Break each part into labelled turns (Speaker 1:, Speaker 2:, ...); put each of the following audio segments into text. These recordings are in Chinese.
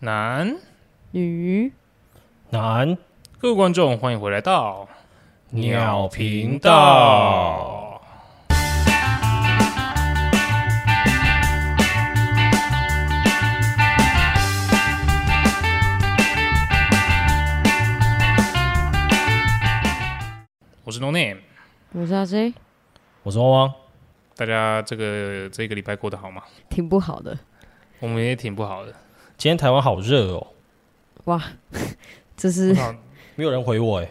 Speaker 1: 男，
Speaker 2: 女，
Speaker 3: 男
Speaker 1: 各位观众，欢迎回来到
Speaker 3: 鸟频道。。
Speaker 1: 我是 No Name，
Speaker 2: 我是阿 J，
Speaker 3: 我是汪汪，
Speaker 1: 大家这个这个礼拜过得好吗？
Speaker 2: 挺不好的，
Speaker 1: 我们也挺不好的，
Speaker 3: 今天台湾好热哦，
Speaker 2: 这是
Speaker 3: 没有人回我哎，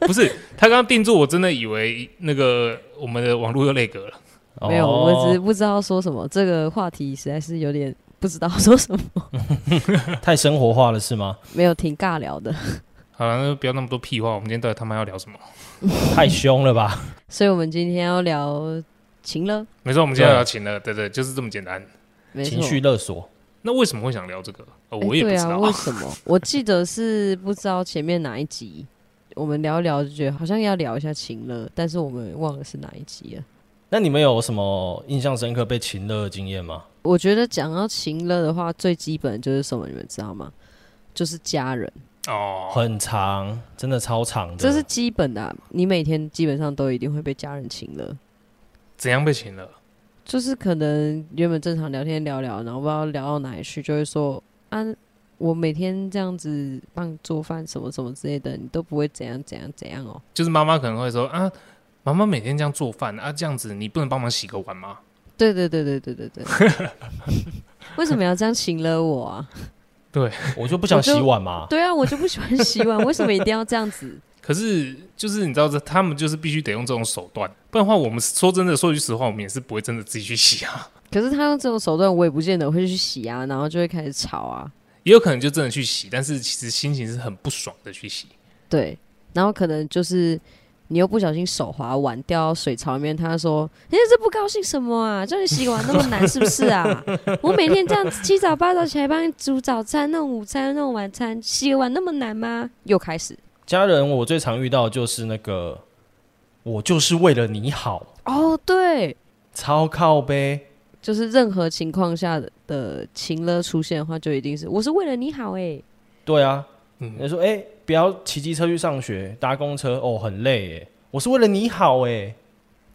Speaker 1: 不是他刚刚定住，我真的以为那个我们的网络又那个了。
Speaker 2: 没有，
Speaker 3: 哦
Speaker 2: 我只是不知道说什么，这个话题实在是有点不知道说 什么，
Speaker 3: 太生活化了 是吗？
Speaker 2: 没有挺尬聊的，
Speaker 1: 好了，那不要那么多屁话，我们今天到底他妈要聊什么？
Speaker 3: 太凶了吧？
Speaker 2: 所以我们今天要聊情了，
Speaker 1: 没错，我们今天
Speaker 3: 对
Speaker 1: 要请了，对对，就是这么简单。
Speaker 2: 没错
Speaker 3: 情，绪勒索，
Speaker 1: 那为什么会想聊这个？哦、
Speaker 2: 哎
Speaker 1: 我也不
Speaker 2: 对
Speaker 1: 知
Speaker 2: 啊，
Speaker 1: 道。
Speaker 2: 为什么？我记得是不知道前面哪一集。我们聊一聊就觉得好像要聊一下情了，但是我们忘了是哪一集了。
Speaker 3: 那你们有什么印象深刻被情勒的经验吗？
Speaker 2: 我觉得讲到情了的话，最基本的就是什么，你们知道吗？就是家人。
Speaker 1: 哦，
Speaker 3: 很长，真的超长的，
Speaker 2: 这是基本的啊、你每天基本上都一定会被家人请了。
Speaker 1: 怎样被请了？
Speaker 2: 就是可能原本正常聊天聊聊，然后不知道聊到哪里去，就会说啊，我每天这样子帮你做饭什么什么之类的，你都不会怎样怎样怎样哦。
Speaker 1: 就是妈妈可能会说啊，妈妈每天这样做饭啊，这样子你不能帮忙洗个碗吗？
Speaker 2: 对对对对对对对， 为什么要这样请了我 啊？
Speaker 3: 我就不想洗碗嘛。
Speaker 2: 对啊，我就不喜欢洗碗，为什么一定要这样子？
Speaker 1: 可是就是你知道，这他们就是必须得用这种手段，不然的话，我们说真的，说句实话，我们也是不会真的自己去洗啊。
Speaker 2: 可是他用这种手段，我也不见得会去洗啊，然后就会开始吵啊。
Speaker 1: 也有可能就真的去洗，但是其实心情是很不爽的去洗。
Speaker 2: 对，然后可能就是你又不小心手滑碗掉到水槽里面，他说：“你这不高兴什么啊？叫你洗碗那么难是不是 啊？我每天这样七早八早起来帮你煮早餐、弄午餐、弄晚餐，洗个碗那么难吗？”又开始
Speaker 3: 家人我最常遇到就是那个，我就是为了你好，
Speaker 2: 哦，对，
Speaker 3: 超靠呗。
Speaker 2: 就是任何情况下的的情了出现的话，就一定是我是为了你好哎、
Speaker 3: 对啊，
Speaker 1: 嗯
Speaker 3: 你说哎、不要骑机车去上学，搭公车哦，很累哎。我是为了你好哎，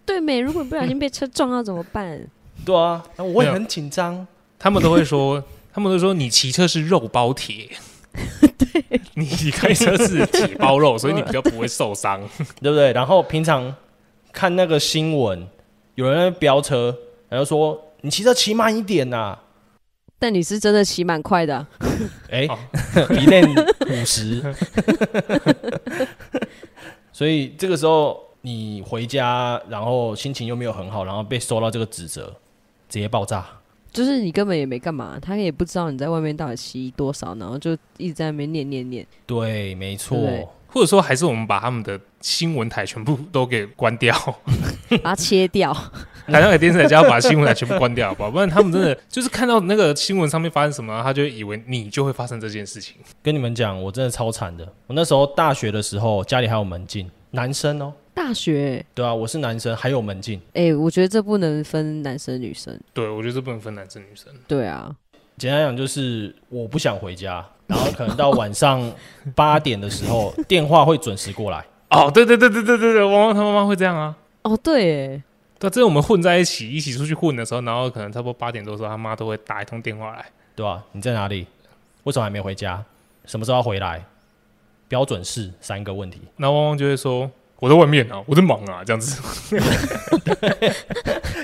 Speaker 2: 对没？如果不小心被车撞到怎么办？
Speaker 3: 对啊，那我
Speaker 1: 没有
Speaker 3: 也很紧张。
Speaker 1: 他们都会说， 他们都说你骑车是肉包铁， 对，你开车是铁包肉，所以你比较不会受伤。
Speaker 3: 对不对？然后平常看那个新闻，有人在飙车，然后说你骑车骑慢一点啊呐、
Speaker 2: 但你是真的骑蛮快的啊、
Speaker 3: 哎
Speaker 1: 哦，
Speaker 3: 一练五 十，所以这个时候你回家，然后心情又没有很好，然后被收到这个指责，直接爆炸。
Speaker 2: 就是你根本也没干嘛，他也不知道你在外面到底吸多少，然后就一直在那边念念 念。
Speaker 3: 对，没错，
Speaker 2: 对
Speaker 1: 或者说，还是我们把他们的新闻台全部都给关掉，
Speaker 2: 把它切掉。
Speaker 1: 台上给电视台家把新闻台全部关掉，好不好？不然他们真的就是看到那个新闻上面发生什么，他就会以为你就会发生这件事情。
Speaker 3: 跟你们讲，我真的超惨的。我那时候大学的时候，家里还有门禁，男生哦，
Speaker 2: 大学，
Speaker 3: 对啊，我是男生，还有门禁。
Speaker 2: 哎、我觉得这不能分男生女生。
Speaker 1: 对，我觉得这不能分男生女生。
Speaker 3: 嗯
Speaker 2: 对啊，
Speaker 3: 简单讲就是我不想回家，然后可能到晚上八点的时候，电话会准时过来。
Speaker 1: 哦，对对对对对对对，汪汪他妈妈会这样啊。
Speaker 2: 哦对，哎
Speaker 1: 对，啊这是我们混在一起，一起出去混的时候，然后可能差不多八点多的时候，他妈都会打一通电话来。
Speaker 3: 对吧、你在哪里？为什么还没回家？什么时候要回来？标准是三个问题。
Speaker 1: 那汪汪就会说：“我在外面啊，我在忙啊，这样子。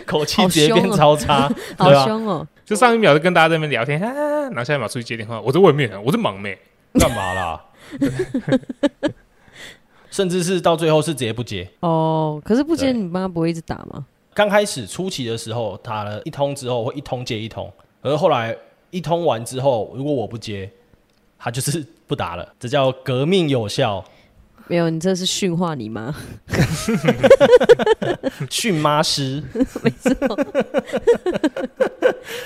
Speaker 3: 口气直接变超差，
Speaker 2: 好
Speaker 3: 对啊
Speaker 2: 凶哦、”
Speaker 1: 就上一秒就跟大家在那边聊天，啊啊啊然后下一秒出去接电话，我在外面啊，我在忙咩？
Speaker 3: 干嘛啦？ 甚至是到最后是直接不接。
Speaker 2: 哦，可是不接
Speaker 3: 对
Speaker 2: 你妈不会一直打吗？
Speaker 3: 刚开始初期的时候打了一通之后会一通接一通，而后来一通完之后，如果我不接，他就是不打了，这叫革命有效，
Speaker 2: 没有，你这是训话你妈。
Speaker 3: 训妈师。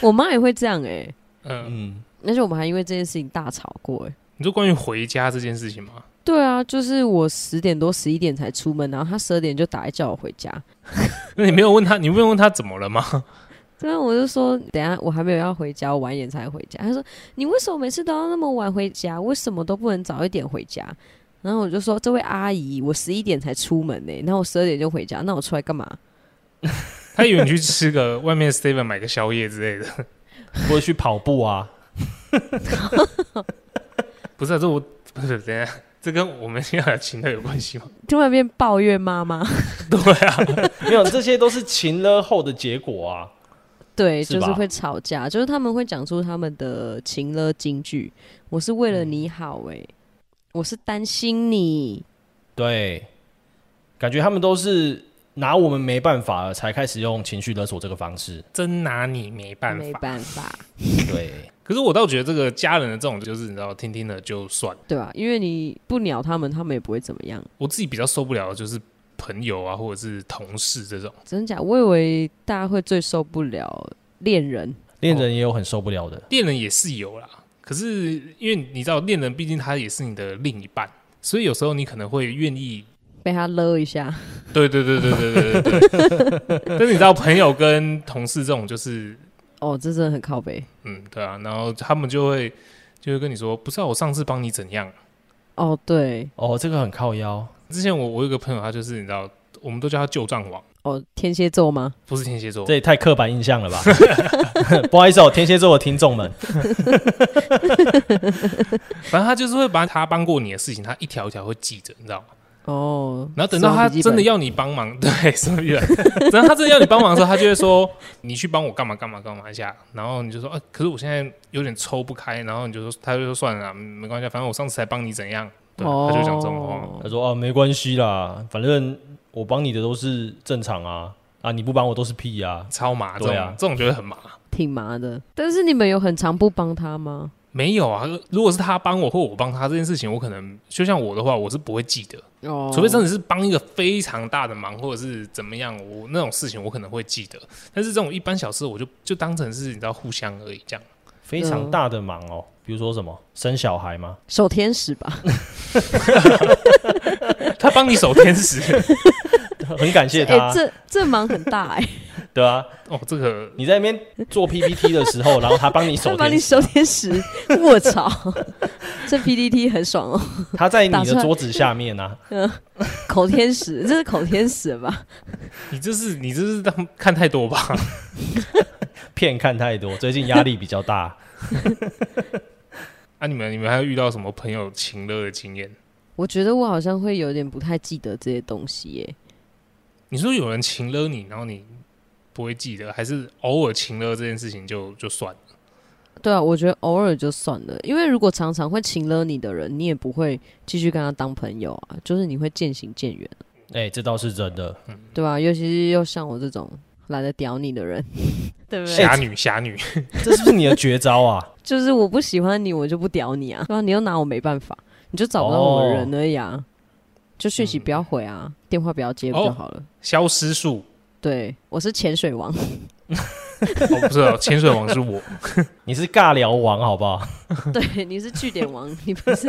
Speaker 2: 我妈也会这样哎、
Speaker 1: 嗯，
Speaker 3: 嗯，
Speaker 2: 而且我们还因为这件事情大吵过哎、
Speaker 1: 你说关于回家这件事情吗？
Speaker 2: 对啊，就是我十点多十一点才出门，然后她十二点就打来叫我回家。
Speaker 1: 那你没有问他，你没有问他怎么了吗？
Speaker 2: 对啊，我就说等一下我还没有要回家，我晚一点才回家。他说你为什么每次都要那么晚回家？为什么都不能早一点回家？然后我就说这位阿姨，我十一点才出门呢、然后我十二点就回家，那我出来干嘛？
Speaker 1: 他以为你去吃个外面 Steven 买个宵夜之类的，
Speaker 3: 或者去跑步啊，
Speaker 1: 不是、啊？这我不是等一下，这跟我们现在的情乐有关系吗？
Speaker 2: 突然变抱怨妈妈，
Speaker 1: 对啊，
Speaker 3: 没有，这些都是情了后的结果啊。
Speaker 2: 对，
Speaker 3: 是
Speaker 2: 就是
Speaker 3: 吧
Speaker 2: 会吵架，就是他们会讲出他们的情了金句。我是为了你好、欸，我是担心你，
Speaker 3: 对，感觉他们都是拿我们没办法了，才开始用情绪勒索这个方式。
Speaker 1: 真拿你没办
Speaker 2: 没
Speaker 1: 法。
Speaker 2: 办法，
Speaker 3: 对，
Speaker 1: 可是我倒觉得这个家人的这种，就是你知道，听听了就算。
Speaker 2: 对吧、因为你不鸟他们，他们也不会怎么样。
Speaker 1: 我自己比较受不了的就是朋友啊，或者是同事这种。
Speaker 2: 真假？我以为大家会最受不了恋人，
Speaker 3: 恋人也有很受不了的。
Speaker 1: 恋人也是有啦，可是因为你知道，恋人毕竟他也是你的另一半，所以有时候你可能会愿意，
Speaker 2: 被他勒一下，
Speaker 1: 对对对对对对对对。 但是你知道，朋友跟同事这种就是，
Speaker 2: 哦，这真的很靠背
Speaker 1: 嗯，对啊，然后他们就会就会跟你说，不是、啊、我上次帮你怎样。
Speaker 2: 哦，对，
Speaker 3: 哦，这个很靠腰。
Speaker 1: 之前我我有一个朋友，他就是你知道，我们都叫他旧账王，
Speaker 2: 哦，天蝎座吗？
Speaker 1: 不是天蝎座
Speaker 3: 这，也太刻板印象 了吧？不好意思哦，天蝎座的听众们，
Speaker 1: 反正他就是会把他帮过你的事情，他一条一条会记着，你知道吗？
Speaker 2: 哦，
Speaker 1: 然后等到他
Speaker 2: 手机
Speaker 1: 真的
Speaker 2: 本
Speaker 1: 要你帮忙，对，什么人？等到他真的要你帮忙的时候，他就会说：“你去帮我干嘛干嘛干嘛一下。”然后你就说：“啊，可是我现在有点抽不开。”然后你就说：“他就说算了啦，嗯没关系啊，反正我上次才帮你怎样。”对，
Speaker 2: 哦，
Speaker 1: 他就讲这种话。
Speaker 3: 他说啊，没关系啦，反正我帮你的都是正常啊，啊，你不帮我都是屁啊。
Speaker 1: 超麻，这种、
Speaker 3: 对啊
Speaker 1: 这种觉得很麻。
Speaker 2: 挺麻的。但是你们有很常不帮他吗？
Speaker 1: 没有啊，如果是他帮我或我帮他这件事情，我可能就像我的话，我是不会记得，
Speaker 2: 哦，
Speaker 1: 除非真的是帮一个非常大的忙或者是怎么样，我那种事情我可能会记得。但是这种一般小事，我就就当成是你知道互相而已这样。
Speaker 3: 非常大的忙哦，比如说什么生小孩吗？
Speaker 2: 守天使吧，
Speaker 1: 他帮你守天使。
Speaker 3: 很感谢
Speaker 2: 哎、
Speaker 3: 他，
Speaker 2: 这这忙很大哎、
Speaker 3: 对啊，
Speaker 1: 哦，这个
Speaker 3: 你在那边做 PPT 的时候，然后他帮你
Speaker 2: 他
Speaker 3: 守
Speaker 2: 帮你
Speaker 3: 天使，
Speaker 2: 守天使， 我操，这 PPT 很爽哦，
Speaker 3: 他在你
Speaker 2: 打出
Speaker 3: 的
Speaker 2: 来
Speaker 3: 桌子下面啊，
Speaker 2: 口天使，这是口天使吧？
Speaker 1: 你这是你这是当看太多吧？
Speaker 3: 片看太多，最近压力比较 大。
Speaker 1: 啊，你们你们还有遇到什么朋友情乐的经验？
Speaker 2: 我觉得我好像会有点不太记得这些东西哎耶、
Speaker 1: 你说有人情乐你，然后你不会记得，还是偶尔情乐这件事情就就算了？
Speaker 2: 对啊，我觉得偶尔就算了，因为如果常常会请了你的人，你也不会继续跟他当朋友啊，就是你会渐行渐远，
Speaker 3: 哎、这倒是真的。
Speaker 2: 对吧、尤其是又像我这种懒得屌你的人， 对不对？
Speaker 1: 侠女侠女，
Speaker 3: 这是不是你的绝招啊？
Speaker 2: 就是我不喜欢你，我就不屌你啊，对吧、你又拿我没办法，你就找不到我的人而已啊，就讯息不要回啊，电话不要接不就好了？
Speaker 1: 消失术
Speaker 2: 对，我是潜水 王，
Speaker 1: 哦，不是哦，潜水王是我，
Speaker 3: 你是尬聊王好不好？
Speaker 2: 对，你是据点王，你不 是，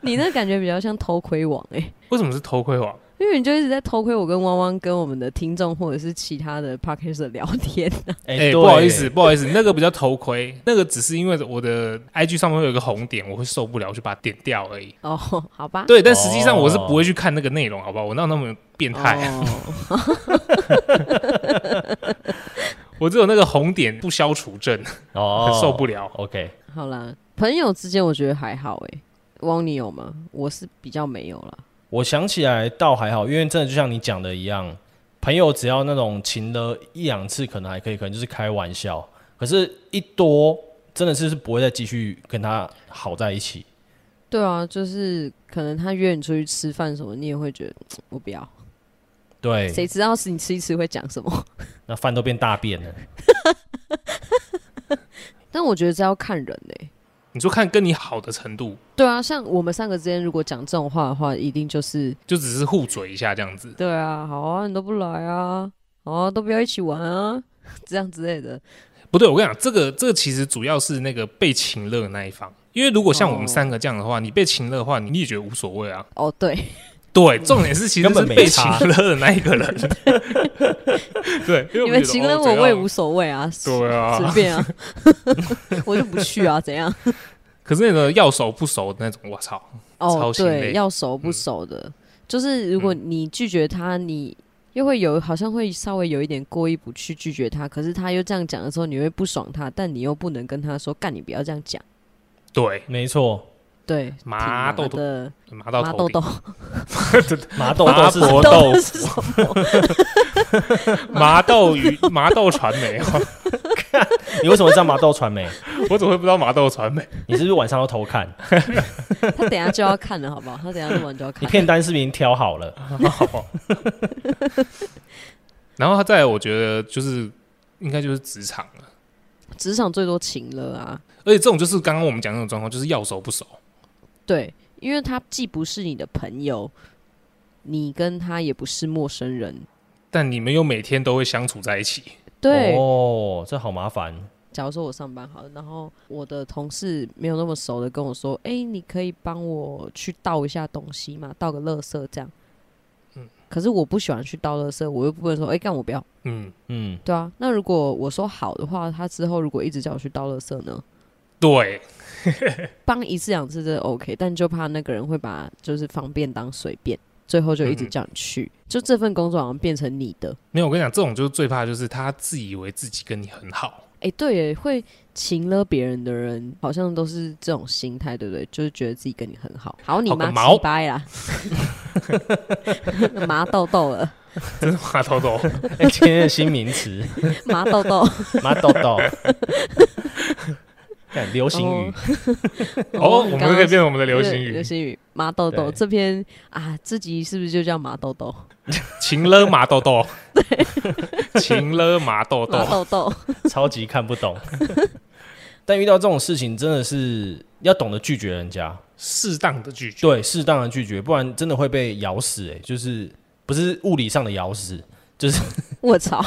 Speaker 2: 你那感觉比较像偷窥王哎、
Speaker 1: 为什么是偷窥王？
Speaker 2: 因为你就一直在偷窥我跟汪汪跟我们的听众或者是其他的 p o d c a s t 聊天，
Speaker 3: 哎、
Speaker 1: 哎、
Speaker 3: 对
Speaker 1: 不好意思，，不好意思，那个比较头盔，那个只是因为我的 IG 上面会有一个红点，我会受不了，我就把它点掉而已。
Speaker 2: 哦，好吧，
Speaker 1: 对，但实际上
Speaker 3: 哦
Speaker 1: 我是不会去看那个内容，好不好？我哪有那么变态啊、
Speaker 2: 哦，
Speaker 1: 我只有那个红点不消除症，
Speaker 3: 哦，
Speaker 1: 受不了。
Speaker 3: OK，
Speaker 2: 好啦，朋友之间我觉得还好诶、汪你有吗？我是比较没有啦。
Speaker 3: 我想起来倒还好，因为真的就像你讲的一样，朋友只要那种情了一两次，可能还可以，可能就是开玩笑。可是，一多真的是不会再继续跟他好在一起。
Speaker 2: 对啊，就是可能他约你出去吃饭什么，你也会觉得嘖我不要，
Speaker 3: 对，
Speaker 2: 谁知道是你吃一吃会讲什么？
Speaker 3: 那饭都变大便了。
Speaker 2: 但我觉得这要看人诶、
Speaker 1: 你说看跟你好的程度，
Speaker 2: 对啊，像我们三个之间如果讲这种话的话，一定就是
Speaker 1: 就只是互嘴一下这样子。
Speaker 2: 对啊，好啊，你都不来啊，好啊，都不要一起玩啊， 这样之类的。
Speaker 1: 不对，我跟你讲，这个这个其实主要是那个被情乐的那一方，因为如果像我们
Speaker 2: 哦
Speaker 1: 三个这样的话，你被情乐的话，你也觉得无所谓啊。
Speaker 2: 哦，对，
Speaker 1: 对，重点是其实
Speaker 3: 根
Speaker 1: 是
Speaker 3: 本没
Speaker 1: 被请
Speaker 3: 差
Speaker 1: 了的那一个 人。对，因为们
Speaker 2: 你们
Speaker 1: 觉
Speaker 2: 请
Speaker 1: 得
Speaker 2: 了
Speaker 1: 哦
Speaker 2: 我，我也
Speaker 1: 怎样
Speaker 2: 无所谓啊，随
Speaker 1: 对啊。
Speaker 2: 便啊，我就不去啊，怎样？
Speaker 1: 可是那个要熟不熟的那种，我操！超
Speaker 2: 哦，
Speaker 1: 心累嗯
Speaker 2: 对，要熟不熟的，就是如果你拒绝他，你又会有好像会稍微有一点过意不去拒绝他，可是他又这样讲的时候，你会不爽他，但你又不能跟他说干，你不要这样讲，
Speaker 1: 对，
Speaker 3: 没错，
Speaker 2: 对，
Speaker 1: 麻豆
Speaker 2: 挺
Speaker 1: 豆
Speaker 2: 的
Speaker 1: 麻到
Speaker 2: 麻
Speaker 1: 头
Speaker 2: 豆
Speaker 1: 顶
Speaker 2: 豆，，
Speaker 3: 麻豆豆是
Speaker 1: 麻
Speaker 3: 什么
Speaker 1: 婆豆
Speaker 3: 豆
Speaker 2: 豆是什么？
Speaker 1: 麻豆鱼， 麻豆传媒哦，
Speaker 3: 你为什么叫麻豆传媒？
Speaker 1: 我怎么会不知道麻豆传媒？
Speaker 3: 你是不是晚上要偷看？
Speaker 2: 他等一下就要看了，好不好？他等一下录完就要
Speaker 3: 你
Speaker 2: 看。
Speaker 3: 片单是不是已经挑好了？
Speaker 1: 然后他再来，我觉得就是应该就是职场了，
Speaker 2: 职场最多情了啊，
Speaker 1: 而且这种就是刚刚我们讲的那种状况，就是要熟不熟。
Speaker 2: 对，因为他既不是你的朋友，你跟他也不是陌生人，
Speaker 1: 但你们又每天都会相处在一起，
Speaker 2: 对，
Speaker 3: 哦，这好麻烦。
Speaker 2: 假如说我上班好了，然后我的同事没有那么熟的跟我说：“哎、你可以帮我去倒一下东西嘛，倒个垃圾这样。”可是我不喜欢去倒垃圾，我又不能说：“哎、干我不要。
Speaker 1: 嗯，
Speaker 3: 嗯”，
Speaker 2: 对啊，那如果我说好的话，他之后如果一直叫我去倒垃圾呢，
Speaker 1: 对，
Speaker 2: 帮一次两次这 OK，但就怕那个人会把就是方便当随便，最后就一直叫你去，就这份工作好像变成你的。
Speaker 1: 没有，我跟你讲，这种就是最怕，就是他自以为自己跟你很好，
Speaker 2: 哎、对耶，会情了别人的人，好像都是这种心态，对不对？就是觉得自己跟你很好，好你
Speaker 1: 好个
Speaker 2: 妈
Speaker 1: 毛
Speaker 2: 鸡掰啦， 麻豆豆了，
Speaker 1: 真的麻豆豆。
Speaker 3: 哎，今天的新名词，
Speaker 2: 麻豆豆，
Speaker 3: 麻豆豆， 看流行语
Speaker 2: 哦，
Speaker 1: 哦，我们
Speaker 2: 刚
Speaker 1: 就可以
Speaker 2: 刚
Speaker 1: 变成我们的 流
Speaker 2: 对
Speaker 1: 行语
Speaker 2: 流，行语麻豆豆
Speaker 3: 对
Speaker 2: 这篇啊，这集是不是就叫麻豆豆？
Speaker 1: 情了麻豆豆， 情了麻豆
Speaker 2: 麻
Speaker 1: 豆，
Speaker 2: 豆豆，
Speaker 3: 超级看不懂。 但遇到这种事情，真的是要懂得拒绝人家，
Speaker 1: 适当的拒绝，
Speaker 3: 对，适当的拒绝，不然真的会被咬死、欸。就是不是物理上的咬死，
Speaker 2: 我 操，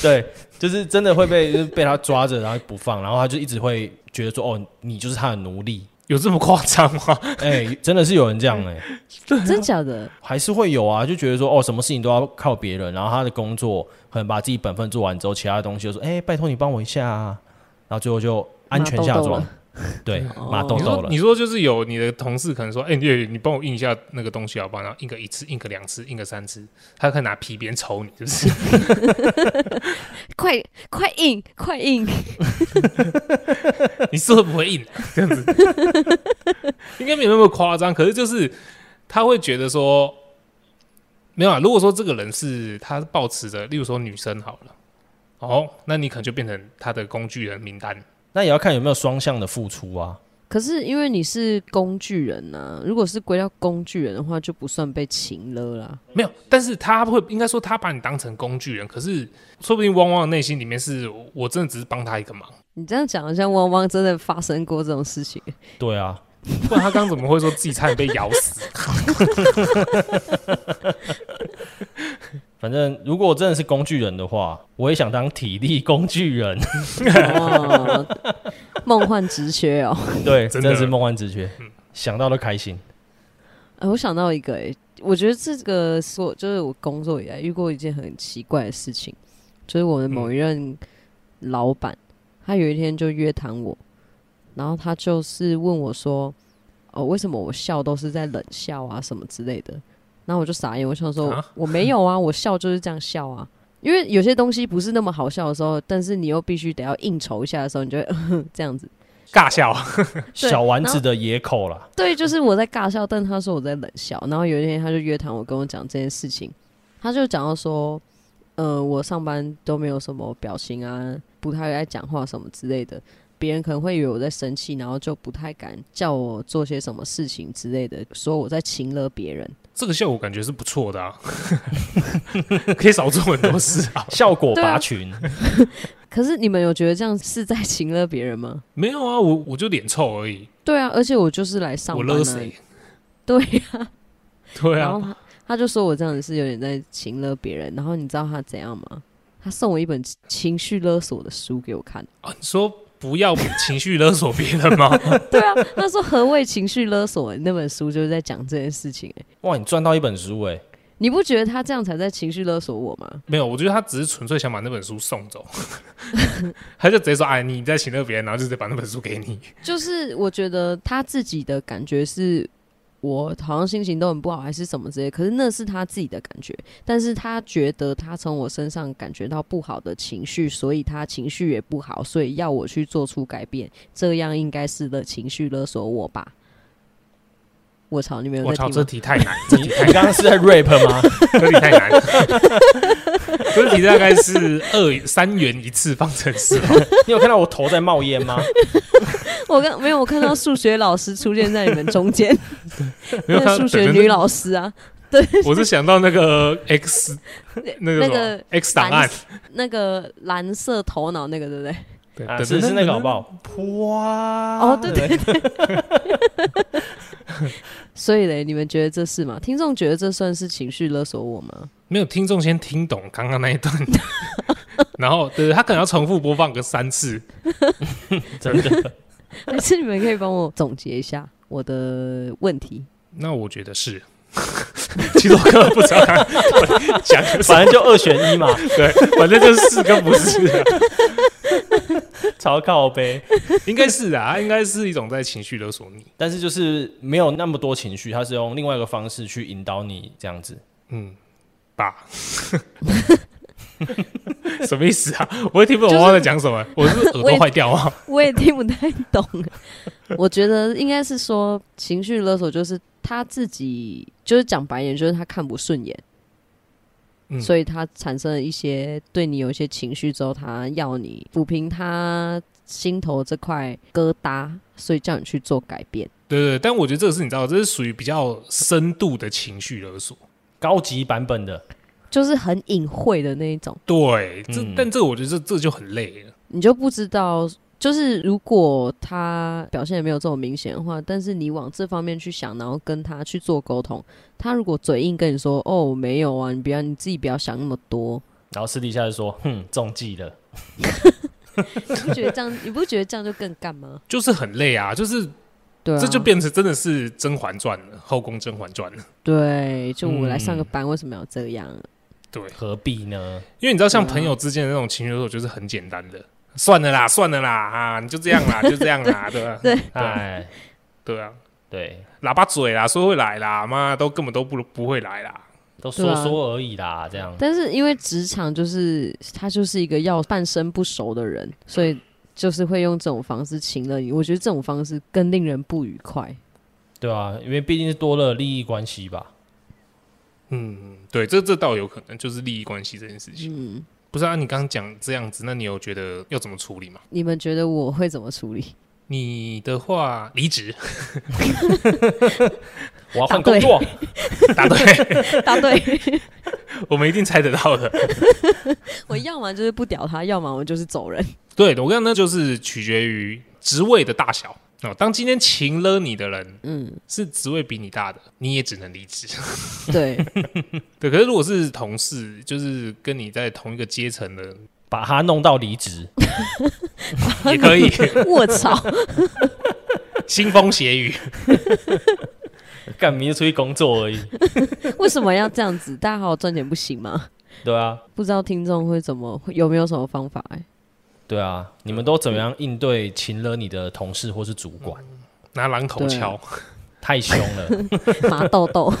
Speaker 3: 对，就是真的会被就是被他抓着，然后不放，然后他就一直会觉得说，哦，你就是他的奴隶。
Speaker 1: 有这么夸张 吗？
Speaker 3: 哎、真的是有人这样哎、
Speaker 1: 啊
Speaker 2: 真假的？
Speaker 3: 还是会有啊，就觉得说，哦，什么事情都要靠别人，然后他的工作可能把自己本分做完之后，其他的东西就说，哎、拜托你帮我一下啊，然后最后就安全下
Speaker 2: 麻豆豆
Speaker 3: 装
Speaker 2: 了，
Speaker 3: 对，
Speaker 2: 哦
Speaker 3: 马豆
Speaker 1: 你
Speaker 3: 豆
Speaker 1: 说
Speaker 3: 了
Speaker 1: 你。说就是有你的同事可能说，哎、你你帮我印一下那个东西好不好？然后印个一次，印个两次，印个三次，他可以拿皮鞭抽你，就是
Speaker 2: 快快印，快印，
Speaker 1: 你是会不会印、这样子， 应该没有那么夸张，可是就是他会觉得说。没有啊，如果说这个人是他抱持着，例如说女生好了，哦，那你可能就变成他的工具人名单，
Speaker 3: 那也要看有没有双向的付出啊。
Speaker 2: 可是因为你是工具人呐、如果是归到工具人的话，就不算被情了啦。
Speaker 1: 没有，但是他会应该说他把你当成工具人，可是说不定汪汪的内心里面是我真的只是帮他一个忙，
Speaker 2: 你这样讲，好像汪汪真的发生过这种事情。
Speaker 3: 对啊，
Speaker 1: 不然他刚怎么会说自己差点被咬死？
Speaker 3: 反正如果我真的是工具人的话，我也想当体力工具人。
Speaker 2: 哦，梦幻直缺 哦、
Speaker 3: 对，
Speaker 1: 真
Speaker 3: 真
Speaker 1: 的
Speaker 3: 的是梦幻直觉，想到都开心。
Speaker 2: 哎，我想到一个、哎，我觉得这个是我就是我工作以来遇过一件很奇怪的事情，就是我的某一任老板，他有一天就约谈我，然后他就是问我说，哦，为什么我笑都是在冷笑啊什么之类的，然后我就傻眼，我想 说、
Speaker 1: 啊
Speaker 2: 我没有啊，我笑就是这样笑啊。因为有些东西不是那么好笑的时候，但是你又必须得要应酬一下的时候，你就会、 这样子。
Speaker 1: 尬笑，啊
Speaker 2: 对
Speaker 3: 小丸子的野口啦，
Speaker 2: 对，就是我在尬笑，但他说我在冷笑。然后有一天他就约谈我，跟我讲这件事情，他就讲到说，呃，我上班都没有什么表情啊，不太爱讲话什么之类的，别人可能会以为我在生气，然后就不太敢叫我做些什么事情之类的，说我在情了别人。
Speaker 1: 这个效果感觉是不错的啊， 可以少做很多事啊。
Speaker 3: 效果
Speaker 2: 对啊
Speaker 3: 拔群，
Speaker 2: 可是你们有觉得这样是在 情了别人吗？
Speaker 1: 没有啊，我我就脸臭而已，
Speaker 2: 对啊，而且我就是来上
Speaker 1: 我
Speaker 2: 班
Speaker 1: 勒
Speaker 2: 的、
Speaker 1: 谁？
Speaker 2: 对呀、
Speaker 1: 对
Speaker 2: 然
Speaker 1: 啊
Speaker 2: 后，他他就说我这样子是有点在情勒别人，然后你知道他怎样吗？他送我一本情绪勒索的书给我看，
Speaker 1: 啊你说。不要情绪勒索别人吗？
Speaker 2: 对啊，他说何谓情绪勒索、那本书就是在讲这件事情、欸。
Speaker 3: 哇，你赚到一本书哎、
Speaker 2: 你不觉得他这样才在情绪勒索我吗？
Speaker 1: 没有，我觉得他只是纯粹想把那本书送走， 他就直接说：“哎，你在请了别人，然后就直接把那本书给你。
Speaker 2: 就是我觉得他自己的感觉是，我好像心情都很不好，还是什么之类。可是那是他自己的感觉，但是他觉得他从我身上感觉到不好的情绪，所以他情绪也不好，所以要我去做出改变，这样应该是的情绪勒索我吧。我操，你没”有
Speaker 1: 我
Speaker 2: 在
Speaker 1: 操，
Speaker 2: 听
Speaker 1: 这
Speaker 2: 吗？
Speaker 1: 题太难，
Speaker 3: 你你刚刚是在 rap 吗？
Speaker 1: 这题太难。 这题大概是二三元一次方程 式吧，
Speaker 3: 你有看到我头在冒烟吗？
Speaker 2: 我刚没有，我看到数学老师出现在你们中间，
Speaker 1: 没有
Speaker 2: 那个
Speaker 1: 看
Speaker 2: 数学女老师啊，
Speaker 1: 我是想到那个 X 那个什
Speaker 2: 那
Speaker 1: 么
Speaker 2: 个
Speaker 1: X 档案，
Speaker 2: 那个蓝色头脑那个，对不对？
Speaker 1: 对
Speaker 3: 啊，是是那个好不？好？哇！
Speaker 2: 哦对对 所以嘞，你们觉得这是吗？听众觉得这算是情绪勒索我 吗？
Speaker 1: 没有听众先听懂刚刚那 一段，然后对他可能要重复播放个三次，
Speaker 3: 真的。
Speaker 2: 还是你们可以帮我总结一下我的问题？
Speaker 1: 那我觉得 是。其实我根本不知道他讲什么
Speaker 3: 反正就二选一嘛，
Speaker 1: 对，反正就是是跟不是、啊，
Speaker 3: 超靠呗。
Speaker 1: 应该是啊，它应该是一种在情绪勒索你。
Speaker 3: 但是就是没有那么多情绪，他是用另外一个方式去引导你这样子。
Speaker 1: 嗯， 吧？什么意思啊？我也听不
Speaker 2: 就
Speaker 1: 懂
Speaker 2: 是
Speaker 1: 我在讲什么，我是耳朵坏掉啊？
Speaker 2: 我也听不太懂。我觉得应该是说情绪勒索，就是他自己，就是讲白一点，就是他看不顺眼，
Speaker 1: 嗯
Speaker 2: 所以他产生了一些对你有一些情绪之后，他要你抚平他心头这块疙瘩，所以叫你去做改变。
Speaker 1: 对对，对但我觉得这个是你知道，这是属于比较深度的情绪勒索。
Speaker 3: 高级版本的，
Speaker 2: 就是很隐晦的那一种，
Speaker 1: 对，这、
Speaker 3: 嗯
Speaker 1: 但这我觉得这这就很累了。
Speaker 2: 你就不知道。就是如果他表现也没有这么明显的话，但是你往这方面去想，然后跟他去做沟通，他如果嘴硬跟你说“哦，没有啊，你不要你自己不要想那么 多
Speaker 3: 然后私底下就说：“哼，中计了。”
Speaker 2: 你不觉得这样，你不觉得这样就更干嘛？
Speaker 1: 就是很累啊，就是、
Speaker 2: 对啊，
Speaker 1: 这就变成真的是《甄嬛传》了，《后宫甄嬛传》了。
Speaker 2: 对，就我来上个
Speaker 3: 嗯
Speaker 2: 班，为什么要这样？
Speaker 1: 对，”
Speaker 3: 何必呢？
Speaker 1: 因为你知道，像朋友之间的那种情绪勒索，就是很简单的，算了啦，算了啦，啊，你就这样 啦，就这样啦，对吧？
Speaker 2: 对
Speaker 3: 哎，
Speaker 1: 对啊，
Speaker 3: 对，
Speaker 1: 喇叭嘴啦，说会来啦，妈都根本都不不会来啦。
Speaker 3: 都说
Speaker 2: 啊
Speaker 3: 说而已啦，这样。
Speaker 2: 但是因为职场就是他就是一个要半生不熟的人，所以就是会用这种方式请了你。我觉得这种方式更令人不愉快。
Speaker 3: 对啊，因为毕竟是多了利益关系吧。
Speaker 1: 嗯，对，这这倒有可能，就是利益关系这件事情。
Speaker 2: 嗯，
Speaker 1: 不是啊，你刚刚讲这样子，那你有觉得要怎么处理吗？
Speaker 2: 你们觉得我会怎么处理？
Speaker 1: 你的话，离职，
Speaker 2: 啊
Speaker 3: 我要换工作，
Speaker 1: 答对，
Speaker 2: 答 对，
Speaker 1: 我们一定猜得到的。
Speaker 2: 我要么就是不屌他，要么我就是走人。
Speaker 1: 对，我刚刚那就是取决于职位的大小。哦，当今天擒了你的人
Speaker 2: 嗯，
Speaker 1: 是职位比你大的，你也只能离职。
Speaker 2: 对，
Speaker 1: 对，可是如果是同事，就是跟你在同一个阶层的，
Speaker 3: 把他弄到离职。
Speaker 1: 也可 以
Speaker 2: 卧槽，
Speaker 1: 腥风血雨。
Speaker 3: 干，明天出去工作而已。
Speaker 2: 为什么要这样子？大家好好赚钱不行吗？
Speaker 3: 对啊，
Speaker 2: 不知道听众会怎么，有没有什么方法、哎，
Speaker 3: 对啊，你们都怎么样应对擒了你的同事或是主管？
Speaker 1: 拿榔头
Speaker 2: 对
Speaker 1: 敲，
Speaker 3: 太凶了，
Speaker 2: 麻豆豆，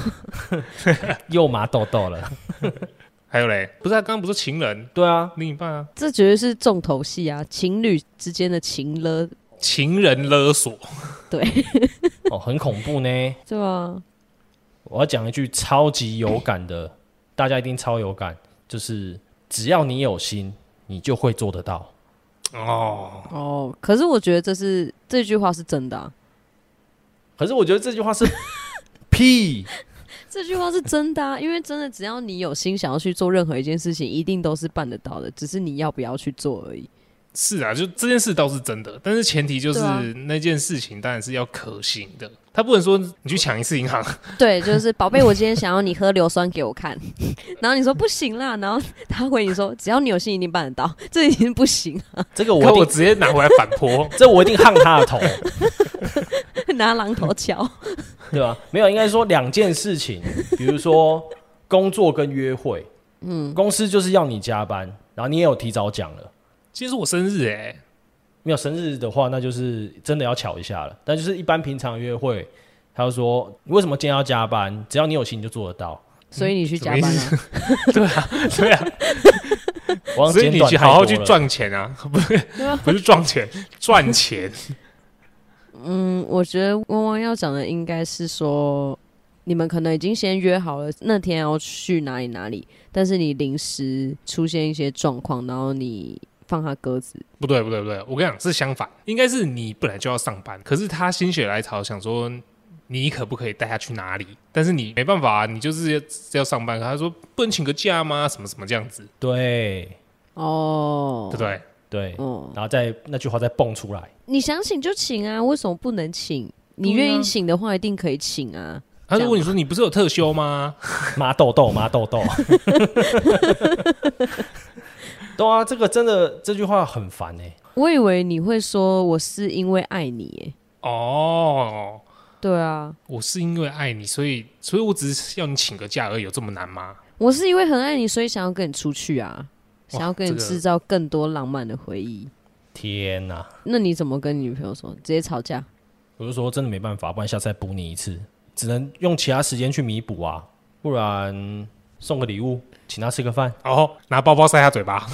Speaker 3: 又麻豆豆了。
Speaker 1: 还有嘞，不是、啊、刚刚不是情人
Speaker 3: 对啊，
Speaker 1: 另一半啊，
Speaker 2: 这绝对是重头戏啊！情侣之间的情了，
Speaker 1: 情人勒索，
Speaker 3: 哦，很恐怖呢。
Speaker 2: 对啊吧？
Speaker 3: 我要讲一句超级有感的，大家一定超有感，就是只要你有心，你就会做得到。
Speaker 1: 哦，
Speaker 2: 哦，可是我觉得这是这句话是真的、啊，
Speaker 3: 可是我觉得这句话是 屁，
Speaker 2: 这句话是真的啊，因为真的只要你有心想要去做任何一件事情，一定都是办得到的，只是你要不要去做而已。
Speaker 1: 是啊，就这件事倒是真的，但是前提就是、
Speaker 2: 对啊
Speaker 1: 那件事情当然是要可行的，他不能说你去抢一次银行，
Speaker 2: 对，就是宝贝，我今天想要你喝硫酸给我看， 然后你说不行啦，然后他回你说只要你有心一定办得到，这已经不行，
Speaker 3: 这个我
Speaker 1: 我
Speaker 3: 一
Speaker 1: 我
Speaker 3: 定，。
Speaker 1: 直接拿回来反驳
Speaker 3: 这我一定 夯他的头，
Speaker 2: 拿榔头
Speaker 1: 嗯
Speaker 2: 敲。
Speaker 3: 对吧？没有，应该说两件事情，比如说工作跟约会。嗯，公司就是要你加班，然后你也有提早讲了。
Speaker 1: 今天是我生日哎、
Speaker 3: 没有生日的话，那就是真的要巧一下了。但就是一般平常约会，他就说你为什么今天要加班？只要你有心，你就做得到。
Speaker 2: 所以你去加班
Speaker 1: 什
Speaker 2: 啊？
Speaker 1: 对啊，
Speaker 3: 我让
Speaker 1: 所以
Speaker 3: 简
Speaker 1: 你
Speaker 3: 短
Speaker 1: 去
Speaker 3: 太
Speaker 1: 好好
Speaker 3: 多
Speaker 1: 去
Speaker 3: 了，
Speaker 1: 赚钱 啊，不是
Speaker 2: 对啊
Speaker 1: 不是赚钱，赚钱。
Speaker 2: 嗯，我觉得汪汪要讲的应该是说，你们可能已经先约好了那天要去哪里哪里，但是你临时出现一些状况，然后你放他鸽子。
Speaker 1: 不对，不对，不对，我跟你讲是相反，应该是你本来就要上班，可是他心血来潮想说你可不可以带他去哪里，但是你没办法、啊，你就是要要上班，他说不能请个假吗？什么什么这样子，
Speaker 3: 对
Speaker 2: 哦
Speaker 1: 对不，对？
Speaker 3: 对，
Speaker 2: 哦，
Speaker 3: 然后再那句话再蹦出来。
Speaker 2: 你想请就请啊，为什么不能请？你
Speaker 1: 对啊
Speaker 2: 愿意请的话，一定可以请啊。
Speaker 1: 他就问你说你不是有特休吗？
Speaker 3: 麻豆豆，麻豆豆。对啊，这个真的这句话很烦哎、
Speaker 2: 我以为你会说我是因为爱你耶，
Speaker 1: 哦，
Speaker 2: 对啊，
Speaker 1: 我是因为爱你，所以所以我只是要你请个假而已，有这么难吗？
Speaker 2: 我是因为很爱你，所以想要跟你出去啊，想要跟你
Speaker 1: 这个
Speaker 2: 制造更多浪漫的回忆。
Speaker 3: 天哪、
Speaker 2: 那你怎么跟你女朋友说？直接吵架？
Speaker 3: 我就说真的没办法，不然下次再补你一次，只能用其他时间去弥补啊，不然送个礼物，请他吃个饭，
Speaker 1: 哦，拿包包塞他嘴巴，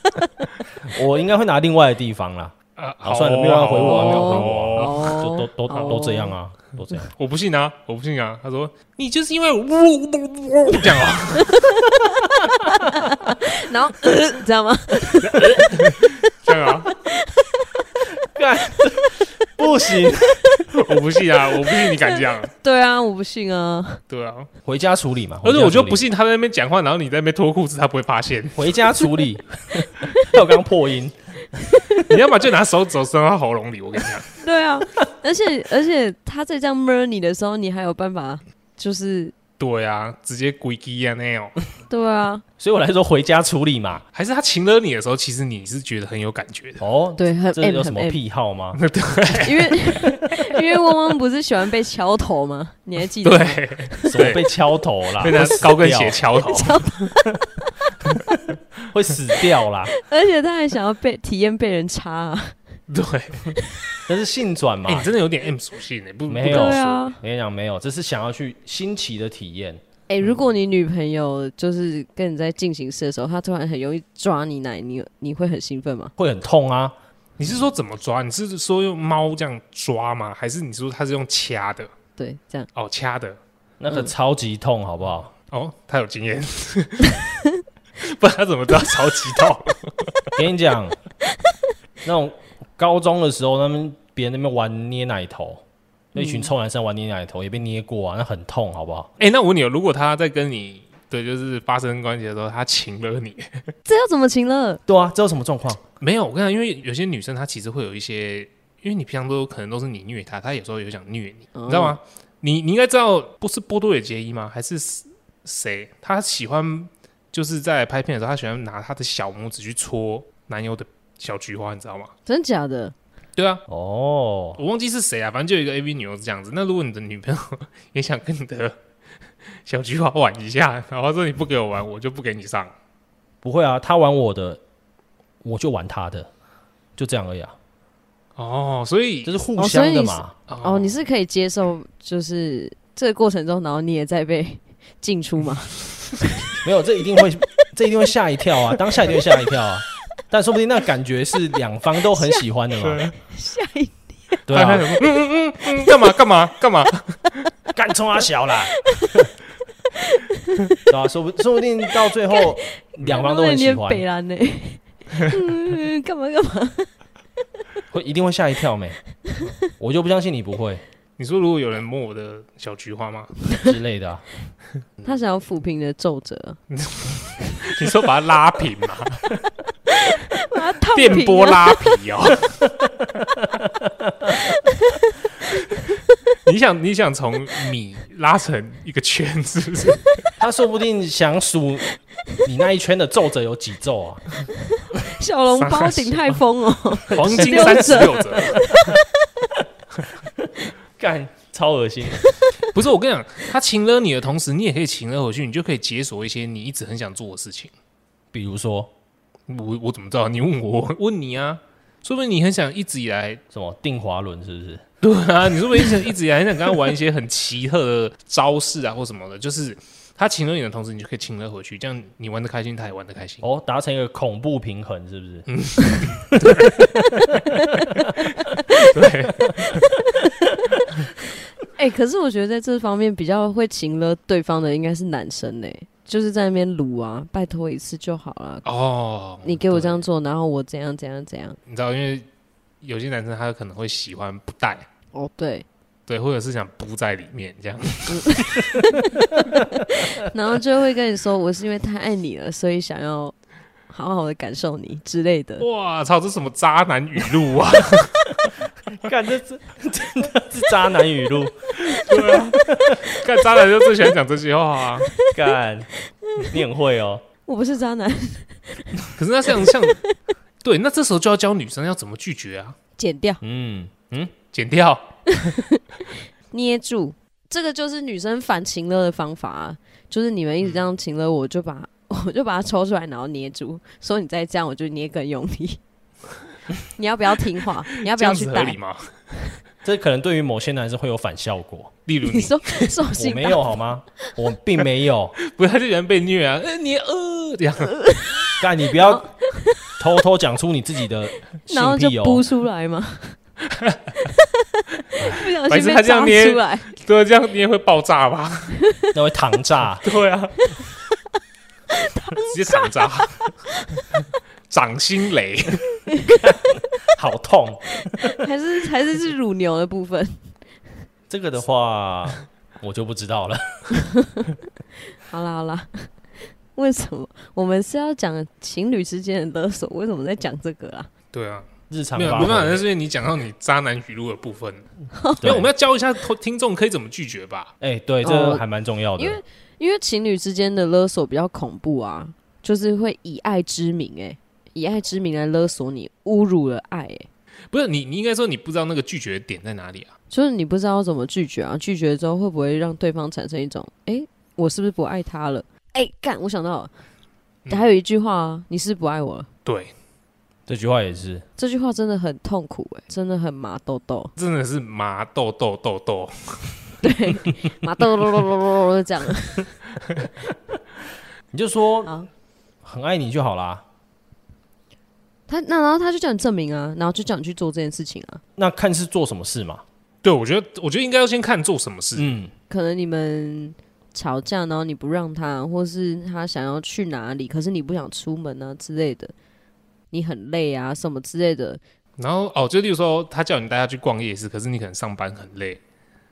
Speaker 3: 我应该会拿另外的地方啦，
Speaker 1: 啊，
Speaker 3: 好算了没有人回我啊没有人回我
Speaker 1: 哦
Speaker 3: 就都
Speaker 2: 哦，
Speaker 3: 都都这样啊，都这样。
Speaker 1: 我不信啊，我不信啊。他说你就是因为我我我我这样啊，
Speaker 2: 然 后知道吗？
Speaker 1: 这样啊，
Speaker 3: 干不行，
Speaker 1: 我不信啊，我不信你敢这样，
Speaker 2: 对啊，我不信啊。
Speaker 1: 对啊。
Speaker 3: 回家处理嘛。
Speaker 1: 而且我就不
Speaker 3: 是
Speaker 1: 信他在那边讲话，然后你在那边脱裤子，他不会发现。
Speaker 3: 回家处理，我刚刚破音，
Speaker 1: 你要么就拿手肘伸到喉咙里，我跟你讲，
Speaker 2: 对啊，而且而且他在这样闷你的时候，你还有办法就是
Speaker 1: 对啊，直接鬼鸡啊那样。
Speaker 2: 对啊，
Speaker 3: 所以我来说回家处理嘛。
Speaker 1: 还是他情勒你的时候，其实你是觉得很有感觉 的。
Speaker 3: 哦，
Speaker 2: 对，，M，M 很
Speaker 3: 这
Speaker 2: M
Speaker 3: 有什
Speaker 2: 很
Speaker 3: 么
Speaker 2: M，
Speaker 3: 癖好吗？
Speaker 2: 因为 因为汪汪不是喜欢被敲头吗？你还记得吗？
Speaker 1: 对，
Speaker 3: 什么被敲头 啦，
Speaker 1: 被拿
Speaker 3: 会死
Speaker 1: 高跟鞋
Speaker 3: 掉
Speaker 1: 敲 头，
Speaker 3: 会死 掉啦。
Speaker 2: 而且他还想要被体验被人插、啊，
Speaker 1: 对，
Speaker 3: 但是性转嘛
Speaker 1: 哎，你，真的有点 M 属性呢，不
Speaker 3: 没有
Speaker 2: 对啊。
Speaker 3: 我跟你讲没有，这是想要去新奇的体验。
Speaker 2: 哎、如果你女朋友就是跟你在进行式的时候，她突然很容易抓你奶，你你会很兴奋吗？
Speaker 3: 会很痛啊！
Speaker 1: 你是说怎么抓？你是说用猫这样抓吗？还是你说它是用掐的？
Speaker 2: 对，这样
Speaker 1: 哦，掐的。
Speaker 3: 那个超级痛，好不好？
Speaker 1: 哦，他有经验，不然他怎么知道超级痛？
Speaker 3: 跟你讲，那种高中的时候，他们别人那边玩捏奶头，那一群臭男生玩捏奶头也被捏过啊，那很痛，好不好？
Speaker 1: 哎、那我问你哦，如果他在跟你对就是发生关系的时候，他亲了你，
Speaker 2: 这要怎么情了？
Speaker 3: 对啊，这有什么状况？
Speaker 1: 没有？我跟你讲，因为有些女生她其实会有一些，因为你平常都可能都是你虐她，她有时候有想虐你，
Speaker 2: 哦
Speaker 1: 你知道吗？你你应该知道，不是波多野结衣吗？还是谁？她喜欢就是在拍片的时候，她喜欢拿她的小拇指去戳男友的小菊花，你知道吗？
Speaker 2: 真假的？
Speaker 1: 对啊，
Speaker 3: 哦，
Speaker 1: 我忘记是谁啊，反正就有一个 AV 女优是这样子。那如果你的女朋友 也想跟你的 小菊花玩一下，然后说你不给我玩，我就不给你上。
Speaker 3: 不会啊，他玩我的，我就玩他的，就这样而已啊，
Speaker 1: 哦，所以
Speaker 3: 这是互相的嘛。
Speaker 2: 哦，你是可以接受，就是这个过程中，然后你也在被进出吗？
Speaker 3: 没有，这一定会， 这一定会吓一跳啊，当下一定会吓一跳啊。但说不定那感觉是两方都很喜 欢的嘛。
Speaker 2: 吓一
Speaker 3: 对
Speaker 1: 大家
Speaker 3: 啊
Speaker 1: 想，说嗯嗯嗯嗯，干嘛干嘛干嘛？
Speaker 3: 干冲他小啦。 对啊，说不说不定到最后两方都 很喜
Speaker 2: 有点
Speaker 3: 欢，
Speaker 2: 北兰呢、嗯，干嘛干嘛？
Speaker 3: 会一定会吓一跳没？我就不相信你不会
Speaker 1: 你说如果有人摸我的小菊花吗？
Speaker 3: 之类的啊、
Speaker 2: 他想要抚平你的皱褶，
Speaker 1: 啊你说把它拉平嘛？
Speaker 2: 把它烫平
Speaker 1: 电波
Speaker 2: 了
Speaker 1: 拉皮 哦。你想，你想从米拉成一个圈，是 不是？
Speaker 3: 他说不定想数你那一圈的皱褶有几皱 啊？
Speaker 2: 小笼包鼎泰丰哦，
Speaker 1: 黄金
Speaker 2: 16
Speaker 3: 啊
Speaker 1: 三十六折，
Speaker 3: 干，超恶心。
Speaker 1: 不是我跟你讲，他请了你的同时，你也可以请了回去，你就可以解锁一些你一直很想做的事情。
Speaker 3: 比如说
Speaker 1: 我我怎么知道？你问我，我问你啊，说不定你很想一直以来，
Speaker 3: 什么定滑轮是不是？
Speaker 1: 对 啊，你说不定想一直以来很想跟他玩一些很奇特的招式啊，或什么的，就是。他请了你的同时，你就可以请了回去，这样你玩的开心，他也玩的开心。
Speaker 3: 哦，达成一个恐怖平衡是不是？
Speaker 1: 对，
Speaker 2: 哎、可是我觉得在这方面比较会情了对方的应该是男生呢、就是在那边撸啊，拜托一次就好了。
Speaker 1: 哦，
Speaker 2: 你给我
Speaker 1: 对
Speaker 2: 这样做，然后我怎样怎样怎样。
Speaker 1: 你知道，因为有些男生他可能会喜欢不戴，
Speaker 2: 哦，对，
Speaker 1: 对，或者是想不在里面这样。
Speaker 2: 然后就会跟你说，我是因为太爱你了，所以想要好好的感受你之类的。
Speaker 1: 哇操，这什么渣男语录啊！
Speaker 3: 干，这 这真的是渣男语 录。
Speaker 1: 对啊，看渣男就最喜欢讲这些话啊。
Speaker 3: 干，你很会哦。
Speaker 2: 我不是渣男，
Speaker 1: 可是那像像，对，那这时候就要教女生要怎么拒绝啊，
Speaker 2: 剪掉、
Speaker 3: 嗯，
Speaker 1: 剪掉。
Speaker 2: 捏住，这个就是女生反情勒的方法啊。就是你们一直这样情勒我，我就把 我就把它抽出来，然后捏住，说你再这样，我就捏更用力。你要不要听话？你要不
Speaker 1: 这
Speaker 2: 要
Speaker 1: 样
Speaker 2: 去
Speaker 1: 子合
Speaker 2: 打
Speaker 1: 理？吗？
Speaker 3: 这可能对于某些男生会有反效果。
Speaker 1: 例如
Speaker 2: 你
Speaker 1: 你，
Speaker 2: 说兽
Speaker 3: 我
Speaker 2: 性
Speaker 3: 没
Speaker 2: 大
Speaker 3: 有好吗？我并没有。
Speaker 1: 不要就喜欢被虐啊，呃、你呃这样，
Speaker 3: 干，你不要偷偷讲出你自己的 性
Speaker 2: 然后就
Speaker 3: 癖
Speaker 2: 扑
Speaker 3: 哦。
Speaker 2: 出来吗？ 不小
Speaker 1: 白
Speaker 2: 心
Speaker 1: 痴
Speaker 2: 被
Speaker 1: 他这样
Speaker 2: 扎
Speaker 1: 捏
Speaker 2: 出来，
Speaker 1: 对，这样你也会爆炸吧？，
Speaker 3: 那会糖炸
Speaker 1: 对 啊，直接长 炸，掌心雷，
Speaker 3: 好痛。
Speaker 2: 还是还是是乳牛的部分。
Speaker 3: 这个的话，我就不知道了。
Speaker 2: 好啦好啦，为什么我们是要讲情侣之间的勒索？为什么在讲这个啊？
Speaker 1: 对啊，
Speaker 3: 日常
Speaker 1: 没有
Speaker 3: 发
Speaker 1: 没办法，
Speaker 3: 挥
Speaker 1: 那。是因为你讲到你渣男语录的部分，因
Speaker 3: 哦对
Speaker 1: 为我们要教一下听众可以怎么拒绝吧。
Speaker 3: 哎，对，这
Speaker 2: 哦
Speaker 3: 个还蛮重要的
Speaker 2: 因。为因为情侣之间的勒索比较恐怖啊，就是会以爱之名、欸，以爱之名来勒索你，侮辱了爱、欸，
Speaker 1: 不是你，你应该说你不知道那个拒绝点在哪里啊？
Speaker 2: 就是你不知道怎么拒绝啊，拒绝之后会不会让对方产生一种，哎、我是不是不爱他了？哎、干，我想到了，
Speaker 1: 嗯
Speaker 2: 还有一句话啊，你是不是不爱我了？
Speaker 1: 对，
Speaker 3: 这句话也是，
Speaker 2: 这句话真的很痛苦、欸，真的很麻豆豆，
Speaker 1: 真的是麻豆豆豆豆，
Speaker 2: 对，麻豆豆豆豆豆豆豆这样
Speaker 3: 你就说
Speaker 2: 啊。
Speaker 3: 很爱你就好啦。
Speaker 2: 他那然后他就叫你证明啊，然后就叫你去做这件事情啊。
Speaker 3: 那看是做什么事嘛。
Speaker 1: 对我觉得，我觉得应该要先看做什么事。
Speaker 3: 嗯，
Speaker 2: 可能你们吵架，然后你不让他，或是他想要去哪里，可是你不想出门啊之类的，你很累啊什么之类的。
Speaker 1: 然后哦，就例如说，他叫你带他去逛夜市，可是你可能上班很累，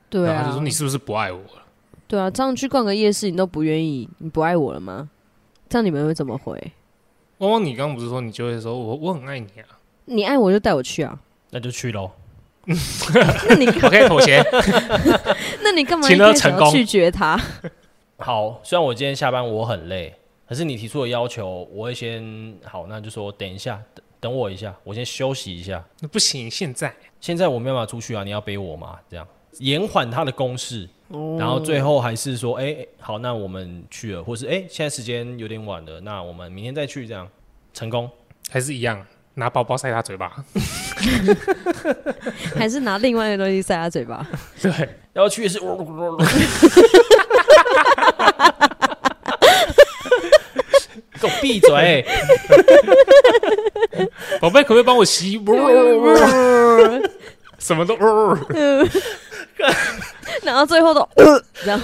Speaker 2: 对
Speaker 1: 然后他
Speaker 2: 啊
Speaker 1: 就说，你是不是不爱我了？
Speaker 2: 对啊，这样去逛个夜市，你都不愿意，你不爱我了吗？这样你们会怎么回？
Speaker 1: 汪汪，你刚刚不是说你就会说我我很爱你啊
Speaker 2: 你爱我就带我去啊，
Speaker 3: 那就去喽。
Speaker 2: 那你
Speaker 1: ？OK，妥协。
Speaker 2: 那你干嘛一
Speaker 1: 请了
Speaker 2: 开始
Speaker 1: 成
Speaker 2: 要
Speaker 1: 功
Speaker 2: 拒绝他？
Speaker 3: 好，虽然我今天下班我很累，可是你提出的要求，我会先好，那就说等一下，等等我一下，我先休息一下。
Speaker 1: 那不行，现在
Speaker 3: 现在我没办法出去啊，你要背我嘛？这样延缓他的攻势，然后最后还是说，哎、好，那我们去了，或是哎、现在时间有点晚了，那我们明天再去，这样成功。
Speaker 1: 还是一样，拿包包塞他嘴巴。
Speaker 2: 还是拿另外的东西塞他嘴巴？
Speaker 1: 对，
Speaker 3: 要去也 是，给我闭嘴！哎
Speaker 1: 宝贝，可不可以帮我洗？什么都。
Speaker 2: 然后最后都、 呃、这样。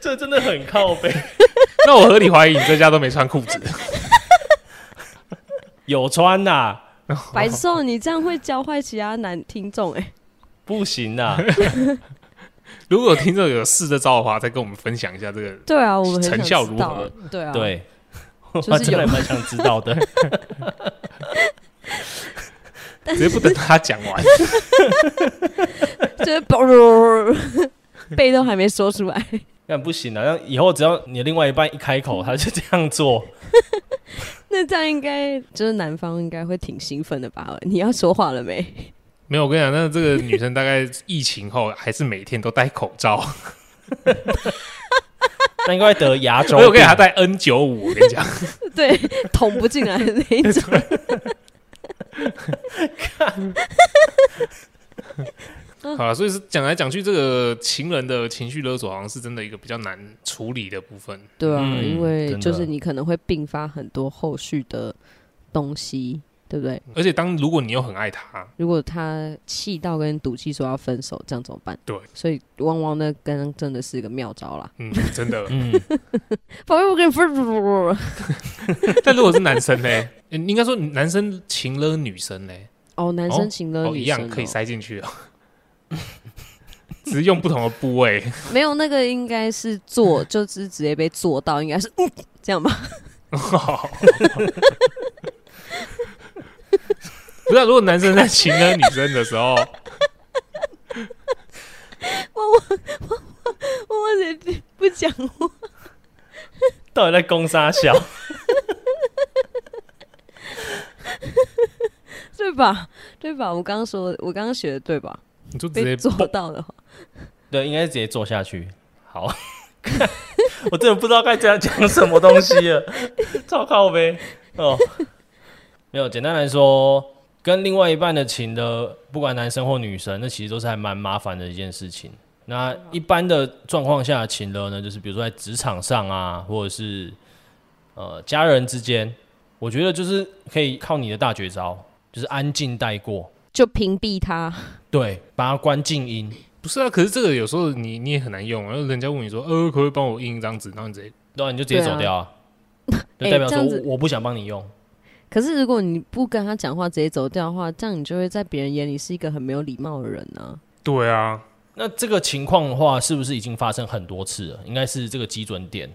Speaker 3: 这真的很靠背。
Speaker 1: 那我合理怀疑你在家都没穿裤子。
Speaker 3: 有穿呐、
Speaker 2: 白瘦，你这样会教坏其他男听众哎、
Speaker 3: 不行呐、
Speaker 1: 如果有听众有试这招的话，再跟我们分享一下这个
Speaker 2: 对啊，我们很
Speaker 1: 成
Speaker 2: 想
Speaker 1: 效
Speaker 2: 知
Speaker 1: 如
Speaker 2: 道
Speaker 1: 何
Speaker 2: 啊？对啊，，
Speaker 3: 对，
Speaker 2: 就是有
Speaker 3: 我真的蛮想知道的。
Speaker 1: 直接不等他讲完，
Speaker 2: 就是嘣， 背都还没说出来。
Speaker 3: 但不行啊，那以后只要你的另外一半一开口，他就这样做，
Speaker 2: 那这样应该就是男方应该会挺兴奋的吧？你要说话了 没？
Speaker 1: 没有，我跟你讲，那这个女生大概疫情后还是每天都戴口罩，
Speaker 3: 那应该会得牙周
Speaker 1: 我有
Speaker 3: 病
Speaker 1: 给。她戴 N 九五，我跟你讲，
Speaker 2: 对，捅不进来的那一种。
Speaker 1: 好了，所以是讲来讲去，这个情人的情绪勒索好像是真的一个比较难处理的部分。
Speaker 2: 对啊，
Speaker 3: 嗯
Speaker 2: 因为
Speaker 3: 真的
Speaker 2: 就是你可能会并发很多后续的东西，对不对？
Speaker 1: 而且当如果你又很爱他，
Speaker 2: 如果他气到跟赌气说要分手，这样怎么办？
Speaker 1: 对，
Speaker 2: 所以汪汪那刚真的是个妙招啦。
Speaker 1: 嗯，真的。
Speaker 3: 嗯，
Speaker 2: 宝贝，我跟你分
Speaker 1: 但如果是男生呢？呃应该说男生情勒女生呢，
Speaker 2: 哦，男生情勒
Speaker 1: 哦，一
Speaker 2: 女生
Speaker 1: 样可以塞进去哦，只是用不同的部位。
Speaker 2: 没有那个应该是做，就是直接被做到，应该是、嗯、这样吧？
Speaker 1: 不是啊、如果男生在情勒女生的时候，
Speaker 2: 我我怎么不讲话？
Speaker 3: 到底在攻杀小？
Speaker 2: 对吧？对吧？我刚刚说，我刚刚学的对吧？
Speaker 1: 你就直
Speaker 2: 被
Speaker 1: 接
Speaker 2: 做
Speaker 1: 蹦
Speaker 2: 到的话，
Speaker 3: 对，应该直接做下去。好， 我真的不知道该这样讲什么东西了，超靠呗。哦，没有，简单来说，跟另外一半的情的，不管男生或女生，那其实都是还蛮麻烦的一件事情。那一般的状况下，情了呢，就是比如说在职场上啊，或者是呃家人之间，我觉得就是可以靠你的大绝招，就是安静带过，
Speaker 2: 就屏蔽他。
Speaker 3: 对，把它关静音，
Speaker 1: 不是啊。可是这个有时候你你也很难用啊，然后人家问你说，呃，可不可以帮我印一张纸？然后你直接，
Speaker 3: 对啊，你就直接走 掉啊，就
Speaker 2: 哎
Speaker 3: 代表
Speaker 2: 这
Speaker 3: 说
Speaker 2: 样子
Speaker 3: 我我不想帮你用。
Speaker 2: 可是如果你不跟他讲话，直接走掉的话，这样你就会在别人眼里是一个很没有礼貌的人呢、
Speaker 1: 对啊，
Speaker 3: 那这个情况的话，是不是已经发生很多次了？应该是这个基准点。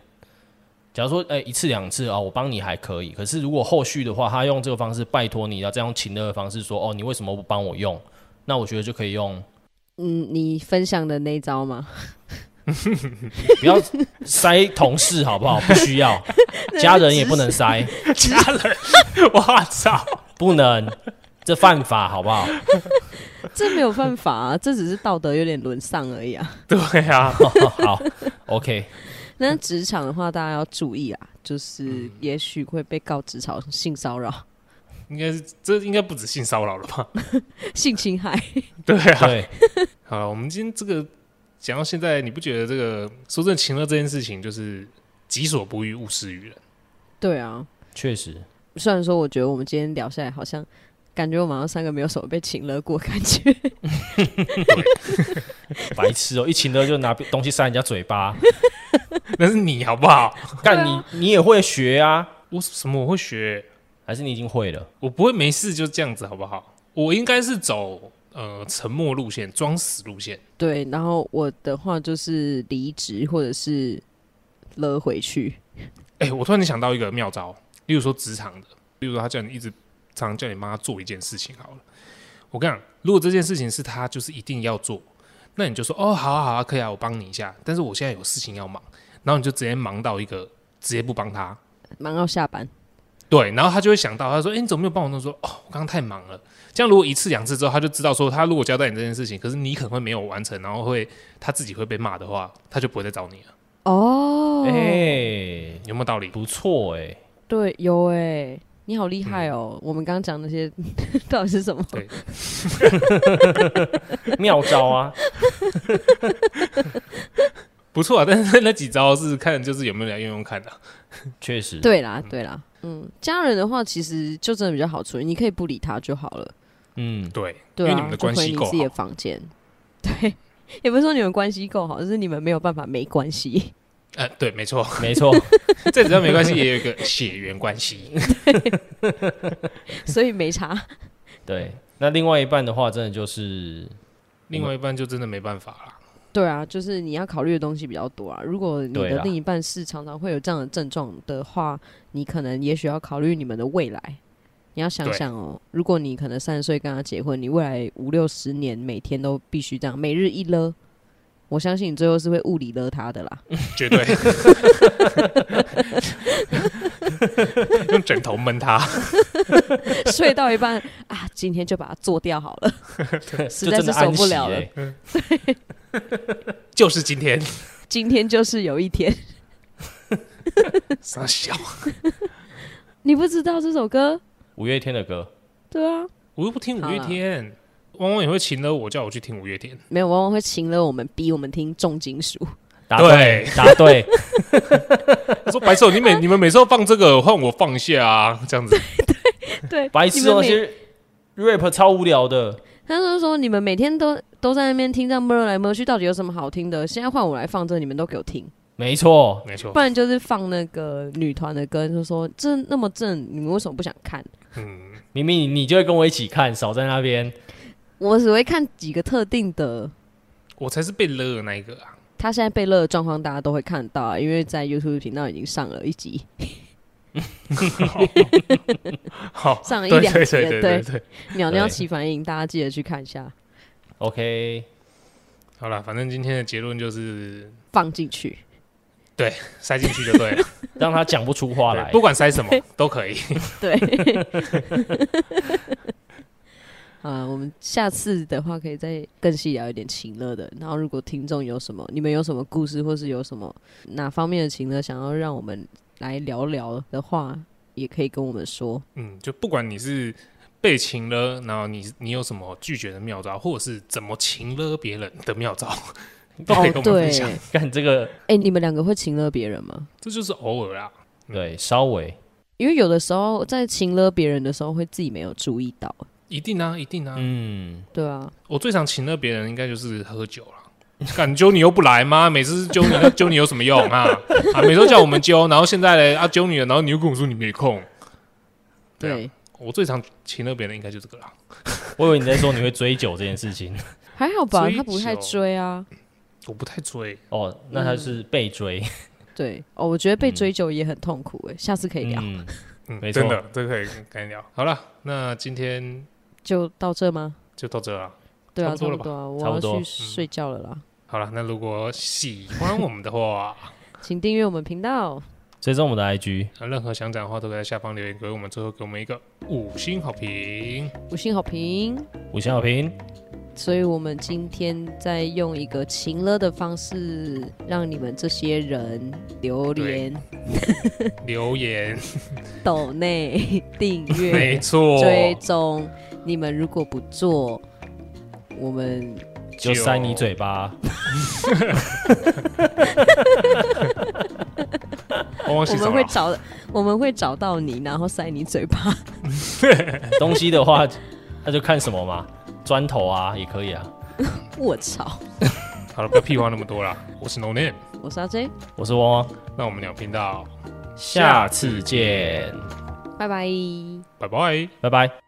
Speaker 3: 假如说，哎、一次两次啊，我帮你还可以。可是如果后续的话，他用这个方式拜托你，要再用情勒的方式说，哦，你为什么不帮我用？那我觉得就可以用，
Speaker 2: 嗯，你分享的那一招吗？
Speaker 3: 不要塞同事好不好？不需 要，家人也不能塞，
Speaker 1: 家人，我操，
Speaker 3: 不能，这犯法好不 好？
Speaker 2: 这没有办法啊，这只是道德有点沦丧而已啊。
Speaker 1: 对啊，
Speaker 3: 好，OK，
Speaker 2: 那职场的话，大家要注意啊，就是也许会被告职场性骚扰、
Speaker 1: 应该是这应该不止性骚扰了吧？
Speaker 2: 性侵害。
Speaker 1: 对啊，
Speaker 3: 对，
Speaker 1: 好了，我们今天这个讲到现在，你不觉得这个说真的情勒这件事情就是己所不欲，勿施于人？
Speaker 2: 对啊，
Speaker 3: 确实，
Speaker 2: 虽然说我觉得我们今天聊下来，好像感觉我们好像三个没有什么被请了过，感觉
Speaker 3: 白痴哦、一情勒就拿东西塞人家 嘴巴。
Speaker 1: 那是你好不好？
Speaker 2: 啊
Speaker 3: 干你、你也会学啊？
Speaker 1: 我什么我会学？
Speaker 3: 还是你已经会了？
Speaker 1: 我不会没事就这样子，好不好？我应该是走呃沉默路线、装死路线。
Speaker 2: 对。然后我的话就是离职或者是勒回去，
Speaker 1: 哎、我突然想到一个妙招，例如说职场的，例如说他叫你一直常常叫你帮他做一件事情，好了，我跟你讲，如果这件事情是他就是一定要做，那你就说哦，好啊好啊，可以啊，我帮你一下，但是我现在有事情要忙，然后你就直接忙到一个直接不帮他，
Speaker 2: 忙到下班。
Speaker 1: 对，然后他就会想到，他说：“哎、你怎么没有帮我弄？”说：“哦，我刚刚太忙了。”这样如果一次两次之后，他就知道说，他如果交代你这件事情，可是你可能会没有完成，然后会他自己会被骂的话，他就不会再找你了。
Speaker 2: 哦，
Speaker 3: 哎、
Speaker 1: 有没有道理？
Speaker 3: 不错哎、
Speaker 2: 对，有哎、你好厉害哦！我们刚刚讲那些 到底是什么？
Speaker 1: 对，
Speaker 3: 妙招啊！
Speaker 1: 不错啊。但是那几招是看就是有没有来用用看的、
Speaker 3: 确实，，
Speaker 2: 对啦，对啦，嗯，家人的话其实就真的比较好处理，你可以不理他就好了。
Speaker 3: 嗯，
Speaker 1: 对，
Speaker 2: 对
Speaker 1: 因为
Speaker 2: 啊，
Speaker 1: 你们的关
Speaker 2: 就回
Speaker 1: 系
Speaker 2: 你
Speaker 1: 够
Speaker 2: 自己的
Speaker 1: 好。
Speaker 2: 房间，对， 也不是说你们关系够好，就是你们没有办法没关系。
Speaker 1: 呃，对，没错，
Speaker 3: 没错，
Speaker 1: 再只要没关系，也有一个血缘关系。
Speaker 2: 所以没差。
Speaker 3: 对。那另外一半的话，真的就是
Speaker 1: 另外一半就真的没办法啦。
Speaker 2: 对啊，就是你要考虑的东西比较多啊。如果你
Speaker 3: 对
Speaker 2: 的
Speaker 3: 啦
Speaker 2: 另一半是常常会有这样的症状的话，你可能也许要考虑你们的未来。你要想
Speaker 1: 对
Speaker 2: 想哦，如果你可能三十岁跟他结婚，你未来五六十年每天都必须这样，每日一勒，我相信你最后是会物理勒他的 啦。
Speaker 1: 绝 对用枕头闷他，
Speaker 2: 睡到一半啊，今天就把它做掉好了。 实
Speaker 3: 就
Speaker 2: 在
Speaker 3: 真的
Speaker 2: 是受
Speaker 3: 安
Speaker 2: 不
Speaker 3: 息
Speaker 2: 了了
Speaker 3: 欸
Speaker 1: 就是今天
Speaker 2: 今天就是有一天，
Speaker 1: 傻笑。
Speaker 2: 你不知道这首歌，
Speaker 3: 五月天的歌，
Speaker 2: 对啊，
Speaker 1: 我又不听五月
Speaker 2: 好啦
Speaker 1: 天，汪汪也会请了我叫我去听五月天，
Speaker 2: 没有往往会请了我们，逼我们听重金属。
Speaker 3: 答
Speaker 1: 对
Speaker 3: 对，答 对，
Speaker 1: 他说白手，你每你们每次都放这个，换我放一下啊，这样子。
Speaker 2: 对，
Speaker 3: 白痴
Speaker 2: 你
Speaker 3: 哦，
Speaker 2: 们
Speaker 3: 其
Speaker 2: 每
Speaker 3: 实 rap 超无聊的，
Speaker 2: 他就说你们每天都都在那边听这样摸来摸去，到底有什么好听的？现在换我来放这，你们都给我听，
Speaker 3: 没错，
Speaker 1: 没错
Speaker 2: 不，然就是放那个女团的歌，就说这那么正，你们为什么不想看？
Speaker 1: 嗯，
Speaker 3: 明明你你就会跟我一起看，少在那边，
Speaker 2: 我只会看几个特定的。
Speaker 1: 我才是被勒的那一个啊。
Speaker 2: 他现在被勒的状况，大家都会看到、啊，因为在 YouTube 频道已经上了一集，
Speaker 1: 好，
Speaker 2: 上了一
Speaker 1: 对
Speaker 2: 两
Speaker 1: 对
Speaker 2: 集了
Speaker 1: 对对对。
Speaker 2: 鸟鸟起反应，大家记得去看一下，
Speaker 3: OK，
Speaker 1: 好了，反正今天的结论就是
Speaker 2: 放进去。
Speaker 1: 塞进去就对了，
Speaker 3: 让他讲不出话来
Speaker 1: 对。不管塞什么都可以。
Speaker 2: 对， 啊，我们下次的话可以再更细聊一点情乐的。然后，如果听众有什么，你们有什么故事，或是有什么哪方面的情乐想要让我们来聊聊的话，也可以跟我们说。
Speaker 1: 嗯，就不管你是被擒了，然后你你有什么拒绝的妙招，或者是怎么擒了别人的妙招， 都可以跟我们
Speaker 2: 对
Speaker 1: 分，享。
Speaker 2: 哎、
Speaker 3: 干这个，
Speaker 2: 你们两个会情乐别人吗？
Speaker 1: 这就是偶尔啊啦，
Speaker 3: 对，稍微
Speaker 2: 因为有的时候在情勒别人的时候，会自己没有注意到，
Speaker 1: 一定啊，一定啊。
Speaker 3: 嗯，
Speaker 2: 对啊，
Speaker 1: 我最常擒了别人，应该就是喝酒了。敢揪你又不来吗？ 每次揪你，那揪你有什么用啊？啊，每次都叫我们揪，然后现在嘞啊揪你了，然后你又跟我说你没空。对啊
Speaker 2: 对，
Speaker 1: 我最常擒了别人，应该就这个啦。
Speaker 3: 我以为你在说你会追酒这件事情
Speaker 2: 还好吧，
Speaker 1: 追
Speaker 2: 他不太
Speaker 1: 求
Speaker 2: 追啊。
Speaker 1: 我不太追，
Speaker 3: 哦，那他是被追，
Speaker 2: 对哦，我觉得被追究也很痛苦哎、下次可以聊，
Speaker 3: 嗯，
Speaker 1: 嗯，
Speaker 3: 没错
Speaker 1: 真的，这个可以跟你聊。好了，那今天
Speaker 2: 就到这吗？
Speaker 1: 就到这了。
Speaker 2: 对啊，
Speaker 1: 差
Speaker 2: 差
Speaker 1: 不多嗯了
Speaker 2: 不多啊，我
Speaker 3: 差不
Speaker 2: 要
Speaker 3: 多
Speaker 2: 去睡觉了啦。
Speaker 1: 好了，那如果喜欢我们的话，
Speaker 2: 请订阅我们频道，
Speaker 3: 追踪我们的 IG，
Speaker 1: 那任何想讲的话都可以在下方留言给我们，最后给我们一个五星好 评。
Speaker 2: 五星好评。
Speaker 3: 五星好评，
Speaker 2: 所以我们今天在用一个情勒的方式，让你们这些人留言、
Speaker 1: 留言，
Speaker 2: 抖内、订
Speaker 1: 没
Speaker 2: 阅、
Speaker 1: 错，
Speaker 2: 追踪。你们如果不做，我们
Speaker 3: 就塞你嘴巴，
Speaker 1: 汪汪
Speaker 2: 我
Speaker 1: 洗澡
Speaker 2: 们会
Speaker 1: 了
Speaker 2: 找我们会找到你，然后塞你嘴巴。
Speaker 3: 东西的话，那就看什么嘛，砖头啊也可以啊。
Speaker 2: 我操！
Speaker 1: 好了，不要屁话那么多啦。我是 No Name，
Speaker 2: 我是阿 J，
Speaker 3: 我是汪汪，
Speaker 1: 那我们聊频道，
Speaker 3: 下次见，
Speaker 2: 拜拜。
Speaker 1: 拜拜。
Speaker 3: 拜拜。